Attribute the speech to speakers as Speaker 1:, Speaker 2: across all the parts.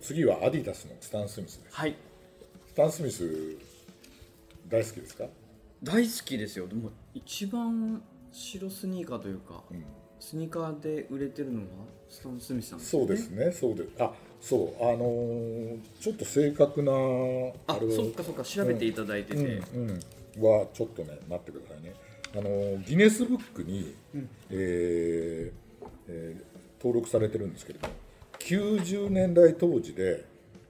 Speaker 1: 次はアディダスのスタン・スミスです
Speaker 2: はい
Speaker 1: スタン・スミス大好きですか
Speaker 2: 大好きですよでも一番白スニーカーというか、スニーカーで売れてるのはスタン・スミスさんですね
Speaker 1: そうですねそうであそうあのーちょっと正確な
Speaker 2: あ
Speaker 1: あれを
Speaker 2: そっかそっか調べていただいてて、
Speaker 1: うんうん、はちょっとね待ってくださいねあのギネスブックに、えーえー登録されてるんですけれども90年代当時で、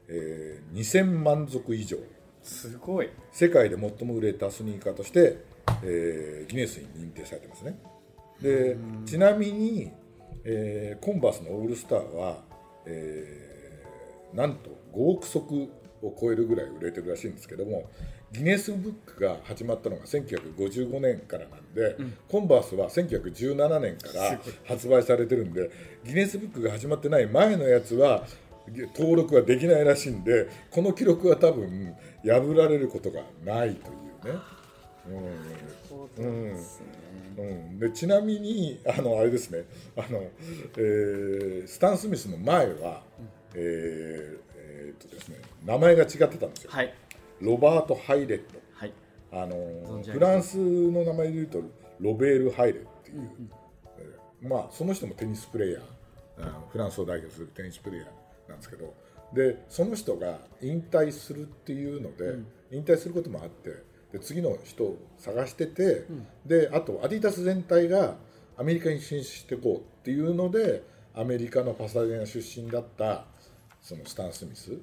Speaker 1: えー2000万足以上
Speaker 2: すごい
Speaker 1: 世界で最も売れたスニーカーとして、えーギネスに認定されてますねでちなみに、えーコンバースのオールスターは、えーなんと5億足を超えるぐらい売れてるらしいんですけどもギネスブックが始まったのが1955年からなんで、コンバースは1917年から発売されてるんでギネスブックが始まってない前のやつは登録はできないらしいんでこの記録は多分破られることがないというね。
Speaker 2: そうですね、
Speaker 1: うん、でちなみにあのあれですねあの、えースタン・スミスの前は、えーえーっとですね、名前が違ってたんですよ
Speaker 2: はい
Speaker 1: ロバート・ハイレット
Speaker 2: はい
Speaker 1: あ
Speaker 2: 存
Speaker 1: の
Speaker 2: じ上げて
Speaker 1: フランスの名前で言うとロベール・ハイレっていう、えーまあその人もテニスプレーヤーあのフランスを代表するテニスプレーヤーなんですけどでその人が引退するっていうので、引退することもあってで次の人を探してて、であとアディダス全体がアメリカに進出していこうっていうのでアメリカのパサデナ出身だったそのスタン・スミス、
Speaker 2: なる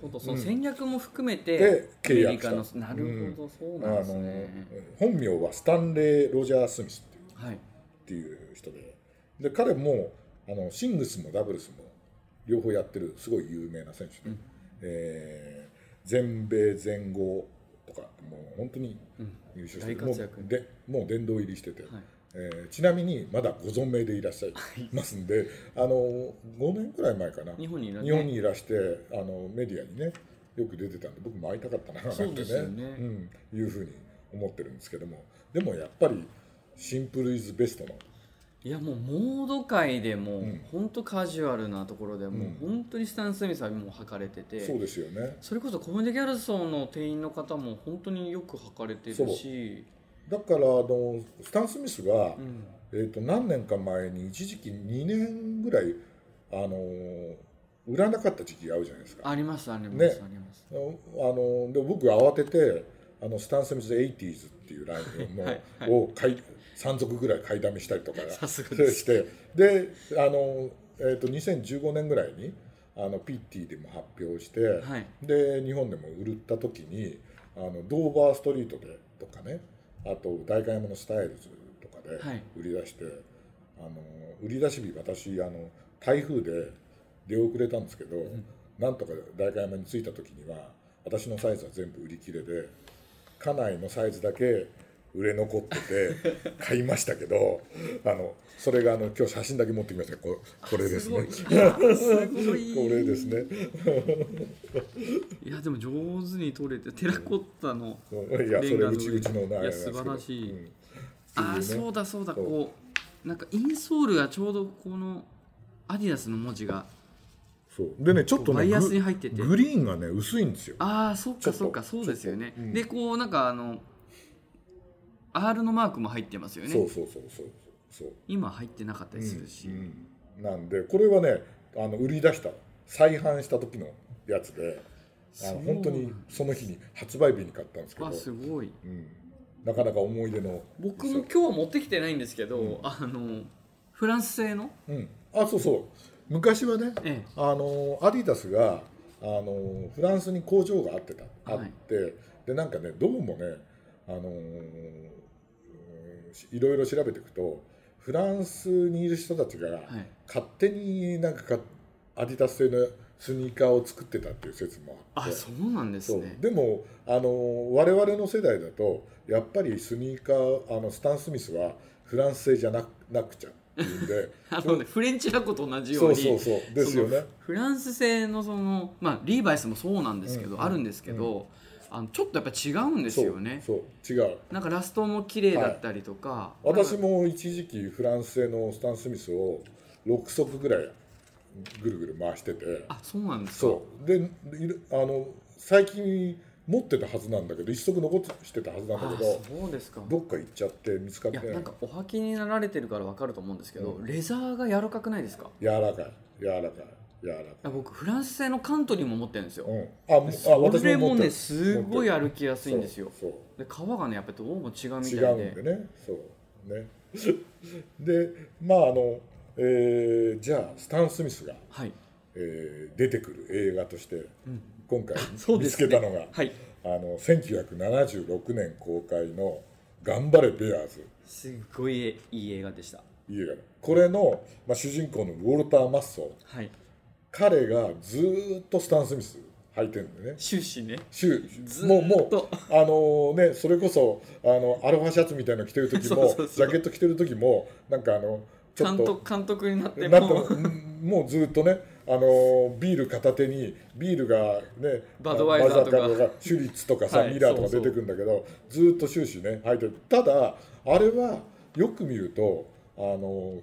Speaker 2: ほどその戦略も含めて
Speaker 1: で、
Speaker 2: アメ
Speaker 1: 契
Speaker 2: リ
Speaker 1: 約
Speaker 2: カ
Speaker 1: した
Speaker 2: のなるほどそう
Speaker 1: あ
Speaker 2: なん
Speaker 1: の
Speaker 2: ですね、
Speaker 1: 本名はスタンレー・ロジャー・スミスっていう
Speaker 2: はい
Speaker 1: っていう人でで彼もあのシングスもダブルスも両方やってるすごい有名な選手で、えー全米全豪とかもう本当に優勝して
Speaker 2: 大活躍
Speaker 1: もうでもう殿堂入りしてて、
Speaker 2: はい
Speaker 1: えーちなみにまだご存命でいらっしゃいますんで、あの5年くらい前かな
Speaker 2: 日本にいらっしゃい
Speaker 1: 日本にいらしてあのメディアにねよく出てたんで僕も会いたかったななんて
Speaker 2: そう
Speaker 1: ね
Speaker 2: ですよね
Speaker 1: うん、いうふうに思ってるんですけどもでもやっぱりシンプルイズベストの
Speaker 2: いやもうモード界でも
Speaker 1: ん
Speaker 2: 本当カジュアルなところでも
Speaker 1: うん
Speaker 2: 本当にスタン・スミスはもう履かれてて、
Speaker 1: そうですよね
Speaker 2: それこそコメディギャルソンの店員の方も本当によく履かれてるし、
Speaker 1: だからあのスタン・スミスが、
Speaker 2: うん、
Speaker 1: えー、と何年か前に一時期2年ぐらいあのー売らなかった時期があるじゃないですか。あ
Speaker 2: ありますあります、
Speaker 1: ね
Speaker 2: あります
Speaker 1: のーで僕慌ててあのスタン・スミス 80s っていうラインの、
Speaker 2: はいはい
Speaker 1: を買い3足ぐらい買いだめしたりとか
Speaker 2: さすがです
Speaker 1: してであのー、えー、と2015年ぐらいにあのピッティでも発表して、
Speaker 2: はい
Speaker 1: で日本でも売った時にあのドーバーストリートでとかねあと代官山のスタイルズとかで
Speaker 2: はい
Speaker 1: 売り出して、あの売り出し日私あの台風で出遅れたんですけど、なんとか代官山に着いた時には私のサイズは全部売り切れで家内のサイズだけ売れ残って て買いましたけどあのそれがあの今日写真だけ持ってきましたここれですね。
Speaker 2: すごいあすごい
Speaker 1: これですね。
Speaker 2: いやでも上手に取れてテラコッタの、
Speaker 1: うんいや、それ、うちうちのなあ
Speaker 2: い
Speaker 1: れなん
Speaker 2: や
Speaker 1: ですけ
Speaker 2: 素
Speaker 1: ど
Speaker 2: 晴らしい、
Speaker 1: うん
Speaker 2: あ
Speaker 1: って
Speaker 2: あ
Speaker 1: いうね
Speaker 2: そうだそうだ
Speaker 1: そう
Speaker 2: こうなんかインソールがちょうどこのアディダスの文字が
Speaker 1: そうでねちょっとね
Speaker 2: バイアス
Speaker 1: グ
Speaker 2: に入ってて
Speaker 1: グリーンがね薄いんですよ
Speaker 2: ああそっ
Speaker 1: ちょ
Speaker 2: か
Speaker 1: っと
Speaker 2: そっかそうですよね、
Speaker 1: ちょっとうん
Speaker 2: でこうなんかあの R のマークも入ってますよ
Speaker 1: そ
Speaker 2: ね
Speaker 1: うそうそうそうそう
Speaker 2: 今入ってなかったりするし、
Speaker 1: うんなんでこれはねあの売り出した再販した時のやつであ
Speaker 2: そう
Speaker 1: の本当にその日に発売日に買ったんですけど
Speaker 2: あ、すごい
Speaker 1: うん、なかなか思い出の
Speaker 2: 僕も今日持ってきてないんですけど、あのフランス製の
Speaker 1: うん、あそうそう昔はね
Speaker 2: え
Speaker 1: あのアディダスがあのフランスに工場があってたあ
Speaker 2: はい
Speaker 1: って、でなんかねどうもねあのうんいろいろ調べていくとフランスにいる人たちが
Speaker 2: い
Speaker 1: 勝手になんかかアディダス製のスニーカーを作ってたっていう説もあっ
Speaker 2: あ
Speaker 1: て
Speaker 2: そうなんです
Speaker 1: そう
Speaker 2: ね
Speaker 1: でもあの我々の世代だとやっぱりスニーカーあのスタン・スミスはフランス製じゃななくちゃっていうん で
Speaker 2: あのねフレンチラコと同じよ
Speaker 1: そうう
Speaker 2: に
Speaker 1: そうそうですよ
Speaker 2: そ
Speaker 1: ね
Speaker 2: の。フランス製のその、まあ、リーバイスもそうなんですけど、あるんですけど、あのちょっとやっぱ違うんですよね
Speaker 1: そうそう違う
Speaker 2: なんかラストも綺麗だったりとか、
Speaker 1: 私
Speaker 2: も
Speaker 1: も一時期フランス製のスタン・スミスを6足ぐらいぐるぐる回してて
Speaker 2: あそうなんですか
Speaker 1: そうでいるあの最近持ってたはずなんだけど一足残してたはずなんだ
Speaker 2: あ
Speaker 1: けど
Speaker 2: そうですか
Speaker 1: どっか行っちゃって見つかっ
Speaker 2: い
Speaker 1: て
Speaker 2: やなんかお履きになられてるから分かると思うんですけど、
Speaker 1: う
Speaker 2: レザーが柔らかくないですか
Speaker 1: 柔らかい柔らかい柔ら
Speaker 2: あ
Speaker 1: かい、
Speaker 2: 僕フランス製のカントリーも持ってるんですよ、
Speaker 1: うん、あもうあ
Speaker 2: それ
Speaker 1: 持
Speaker 2: も
Speaker 1: って
Speaker 2: ね
Speaker 1: る
Speaker 2: すごい
Speaker 1: 持ってる
Speaker 2: 歩きやすいんですよ
Speaker 1: そうそう
Speaker 2: で皮がねやっぱりどうも違うみ
Speaker 1: 違
Speaker 2: たいで
Speaker 1: うんでねそうね でまああの、えーじゃあスタン・スミスが、
Speaker 2: はい、
Speaker 1: えー出てくる映画として
Speaker 2: うん、
Speaker 1: 今回
Speaker 2: そう
Speaker 1: 見
Speaker 2: で
Speaker 1: つ
Speaker 2: す
Speaker 1: け
Speaker 2: ね
Speaker 1: たのが、
Speaker 2: はい
Speaker 1: あの1976年公開の「頑張れベアーズ
Speaker 2: すごいいい映画でした」
Speaker 1: いい映画これの、まあ、主人公のウォルター・マッソ
Speaker 2: はい
Speaker 1: 彼がずーっとスタン・スミス履いてるんでね
Speaker 2: 終始ね
Speaker 1: 週
Speaker 2: ず
Speaker 1: もうも
Speaker 2: ーっ
Speaker 1: う
Speaker 2: と
Speaker 1: あのねそれこそあのアロハシャツみたいの着てる時も
Speaker 2: そうそうそう
Speaker 1: ジャケット着てる時もなんかあのちょっ
Speaker 2: 監
Speaker 1: と
Speaker 2: 督監督になって
Speaker 1: なんか
Speaker 2: もう
Speaker 1: うん もうずっとねあのビール片手にビールがね
Speaker 2: バドワイザーとか
Speaker 1: バドワイザシュリッツとかさ、
Speaker 2: はい
Speaker 1: ミラーとか出
Speaker 2: そうそう
Speaker 1: てくるんだけどずっと終始ね入ってるただあれはよく見るとあの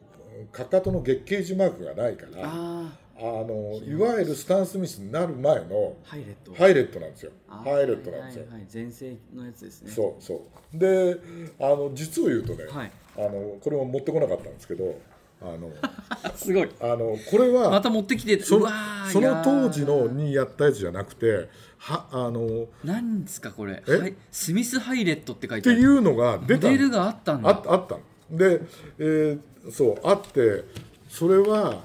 Speaker 1: かかとの月桂樹マークがないからあ
Speaker 2: あ
Speaker 1: のいわゆるスタン・スミスになる前の
Speaker 2: あハイレット
Speaker 1: ハイレットなんですよ
Speaker 2: あー
Speaker 1: ハイレットなんですよ
Speaker 2: はいはいはい前世のやつですね
Speaker 1: そうそうであの実を言うとね、
Speaker 2: はい
Speaker 1: あのこれも持ってこなかったんですけどあの
Speaker 2: あすごい
Speaker 1: あのこれ は
Speaker 2: また持ってきて
Speaker 1: その
Speaker 2: うわー
Speaker 1: そ
Speaker 2: い
Speaker 1: の
Speaker 2: やー
Speaker 1: 当時のにやったやつじゃなくてはあのっ
Speaker 2: なんですかこれ
Speaker 1: え
Speaker 2: はいスミスハイレットって書い
Speaker 1: て
Speaker 2: てあ
Speaker 1: い
Speaker 2: る
Speaker 1: うのが出
Speaker 2: モ
Speaker 1: た
Speaker 2: デルがあったんだ
Speaker 1: ああったので、えーそうあってそれは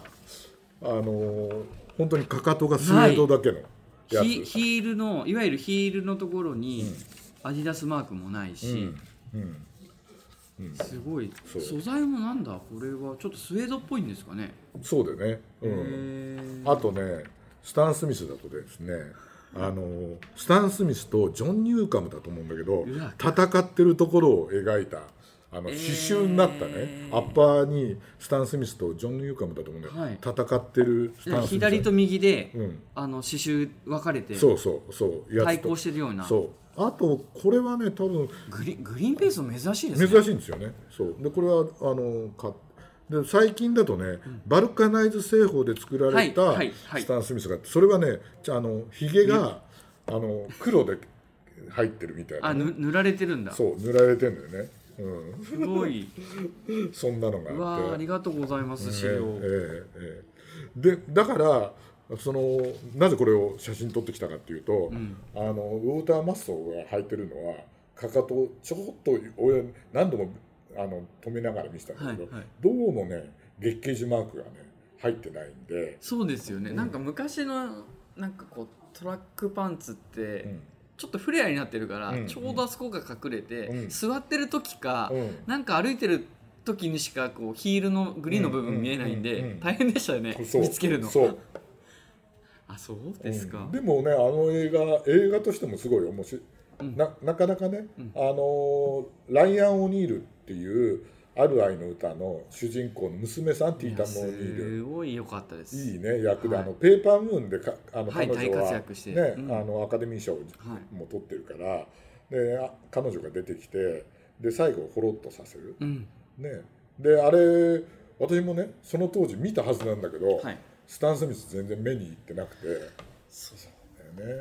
Speaker 1: あの本当にかかとがスウェードだけのや
Speaker 2: ヒ
Speaker 1: つ、
Speaker 2: ヒールのいわゆるヒールのところにアディダスマークもないし、
Speaker 1: うん、
Speaker 2: すごい
Speaker 1: そう
Speaker 2: 素材もなんだこれはちょっとスウェードっぽいんですかね、
Speaker 1: そうだよね、うん、
Speaker 2: へー
Speaker 1: あとねスタン・スミスだとですねあのスタン・スミスとジョン・ニューカムだと思うんだけど
Speaker 2: うわ
Speaker 1: 戦ってるところを描いたあの刺繍になったね、
Speaker 2: えー
Speaker 1: アッパーにスタン・スミスとジョン・ニューカムだと思うんだけど、
Speaker 2: はい
Speaker 1: 戦ってるスタン・スミス
Speaker 2: 左と右で、
Speaker 1: うん、
Speaker 2: あの刺繍分かれて
Speaker 1: そうそうそうや
Speaker 2: 対
Speaker 1: つと
Speaker 2: 抗してるような
Speaker 1: そうあとこれはね多分
Speaker 2: グリグリーンペースも珍しいですね
Speaker 1: 珍しいんですよね。そうでこれはあのかで最近だとね、バルカナイズ製法で作られた
Speaker 2: はいはいはい
Speaker 1: スタン・スミスがあってそれはねちゃあのひげがあの黒で入ってるみたいな
Speaker 2: あ
Speaker 1: ね、
Speaker 2: ぬ塗られてるんだす
Speaker 1: そう塗られてんだよね、う
Speaker 2: ごい
Speaker 1: ん、そんなの
Speaker 2: う
Speaker 1: が
Speaker 2: わ
Speaker 1: あ
Speaker 2: ー
Speaker 1: っ
Speaker 2: あ
Speaker 1: て
Speaker 2: りがとうございます資
Speaker 1: ええ
Speaker 2: 料、
Speaker 1: ええええでだからそのなぜこれを写真撮ってきたかっていうと、
Speaker 2: ん
Speaker 1: あのウォーターマッソーが履いてるのはかかとをちょこっと俺何度もあの止めながら見せたんだけど、
Speaker 2: はいはい
Speaker 1: どうもね月桂樹マークがね入ってないんで、
Speaker 2: そうですよね、なんか昔のなんかこうトラックパンツって、
Speaker 1: うん
Speaker 2: ちょっとフレアになってるから、
Speaker 1: うん
Speaker 2: ちょうどあそこが隠れて、
Speaker 1: うん
Speaker 2: 座ってる時か、
Speaker 1: うん
Speaker 2: なんか歩いてる時にしかこうヒールのグリーンの部分見えないん
Speaker 1: う
Speaker 2: で、
Speaker 1: んうんうんうん
Speaker 2: 大変でしたよね
Speaker 1: そう
Speaker 2: 見つけるの
Speaker 1: そう
Speaker 2: あそうですか、
Speaker 1: うんでもねあの映画映画としてもすごい面白い、
Speaker 2: うん
Speaker 1: ななかなかね、
Speaker 2: うん
Speaker 1: あのーライアン・オニールっていう「ある愛の歌」の主人公の娘さんティータン・オニール
Speaker 2: いやすごい良かったです
Speaker 1: いいね役で、
Speaker 2: はい
Speaker 1: あのペーパームーンでかあの
Speaker 2: は
Speaker 1: 彼
Speaker 2: い
Speaker 1: 女
Speaker 2: 大
Speaker 1: は、
Speaker 2: 活躍して
Speaker 1: ね
Speaker 2: うん
Speaker 1: あのアカデミー賞
Speaker 2: は
Speaker 1: も取ってるから、であ彼女が出てきてで最後ほろっとさせる、
Speaker 2: うん
Speaker 1: ねであれ私もねその当時見たはずなんだけど、
Speaker 2: はい
Speaker 1: スタン・スミス全然目にいってなくて
Speaker 2: そうそう
Speaker 1: だよね。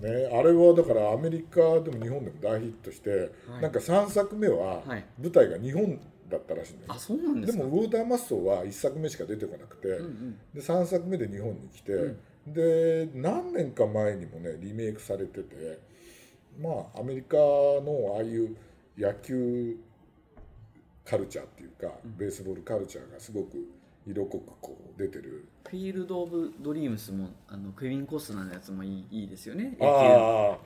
Speaker 1: ね、あれはだからアメリカでも日本でも大ヒットして、
Speaker 2: はい
Speaker 1: なんか3作目は
Speaker 2: はい
Speaker 1: 舞台が日本だったらしいんだよね、
Speaker 2: あそうなんで
Speaker 1: です
Speaker 2: か
Speaker 1: もウォーターマッソーは1作目しか出てこなくて、
Speaker 2: うんうん、
Speaker 1: で3作目で日本に来て、
Speaker 2: う
Speaker 1: で何年か前にもねリメイクされててまあアメリカのああいう野球カルチャーっていうか、ベースボールカルチャーがすごく色濃くこう出てる
Speaker 2: フィールド・オブ・ドリームスもあのクイーン・コスナーのやつもいいいいですよね野球
Speaker 1: あ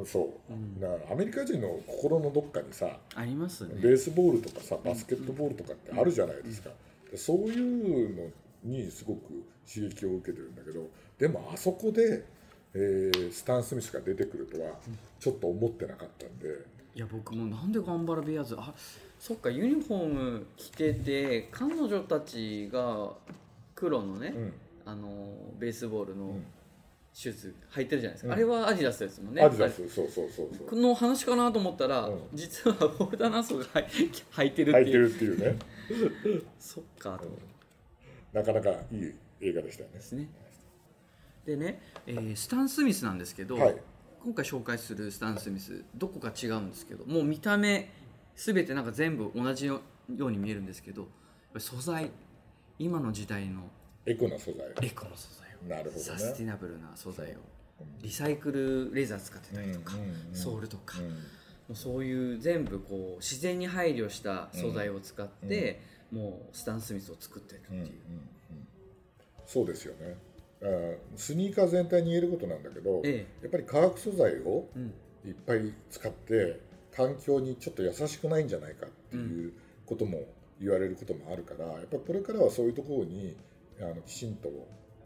Speaker 1: あそう、
Speaker 2: うん
Speaker 1: だからアメリカ人の心のどっかにさ
Speaker 2: ありますよね
Speaker 1: ベースボールとかさバスケットボールとかってあるじゃないですか、でそういうのにすごく刺激を受けてるんだけどでもあそこで、えースタン・スミスが出てくるとはちょっと思ってなかったんで、
Speaker 2: いや僕もなんで頑張らベアーズあそっかユニフォーム着てて彼女たちが黒のね、
Speaker 1: うん
Speaker 2: あのベースボール
Speaker 1: う
Speaker 2: の
Speaker 1: ん
Speaker 2: シューズ履いてるじゃないですか、
Speaker 1: うん
Speaker 2: あれはアディダスですもんね
Speaker 1: アディダスそうそうそうそ
Speaker 2: こ
Speaker 1: う
Speaker 2: の話かなと思ったら、
Speaker 1: うん
Speaker 2: 実はボルダナソがはい履いてるって
Speaker 1: 履いて
Speaker 2: いう
Speaker 1: るっていうね
Speaker 2: そっかと思って、
Speaker 1: だなかなかいい映画でしたよね
Speaker 2: で。すね。でね、えースタン・スミスなんですけど、
Speaker 1: はい
Speaker 2: 今回紹介するスタン・スミスどこか違うんですけどもう見た目全てなんか全部同じよように見えるんですけどやっぱり素材今の時代の
Speaker 1: エコな素材。
Speaker 2: エコの素材を、
Speaker 1: なるほどね
Speaker 2: サスティナブルな素材をリサイクルレザー使ってたりとか、
Speaker 1: うんうんうん
Speaker 2: ソールとか、
Speaker 1: う
Speaker 2: も
Speaker 1: ん
Speaker 2: うそういう全部こう自然に配慮した素材を使って、もうスタン・スミスを作ってるって
Speaker 1: うん
Speaker 2: い
Speaker 1: う
Speaker 2: う
Speaker 1: んう、んそうですよね。あースニーカー全体に言えることなんだけど、
Speaker 2: え
Speaker 1: やっぱり化学素材を
Speaker 2: うん
Speaker 1: いっぱい使って環境にちょっと優しくないんじゃないかっていうことも言われることもあるから、やっぱりこれからはそういうところにあのきちんと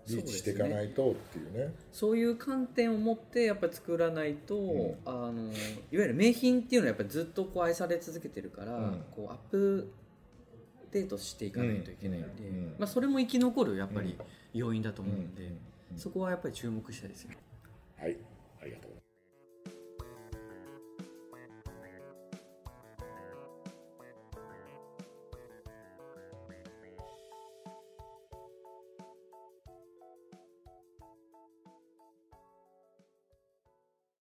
Speaker 1: リーチしていかないとっていうね。
Speaker 2: そういう観点を持ってやっぱり作らないと、
Speaker 1: ん
Speaker 2: あのいわゆる名品っていうのはやっぱりずっとこう愛され続けてるから、
Speaker 1: うん
Speaker 2: こうアップデートしていかないといけないんで、
Speaker 1: うんうん
Speaker 2: まあ、それも生き残るやっぱ
Speaker 1: うん
Speaker 2: り要因だと思うんで、
Speaker 1: うんうんうん
Speaker 2: そこはやっぱり注目したいですよね。
Speaker 1: はい、ありがとうございます。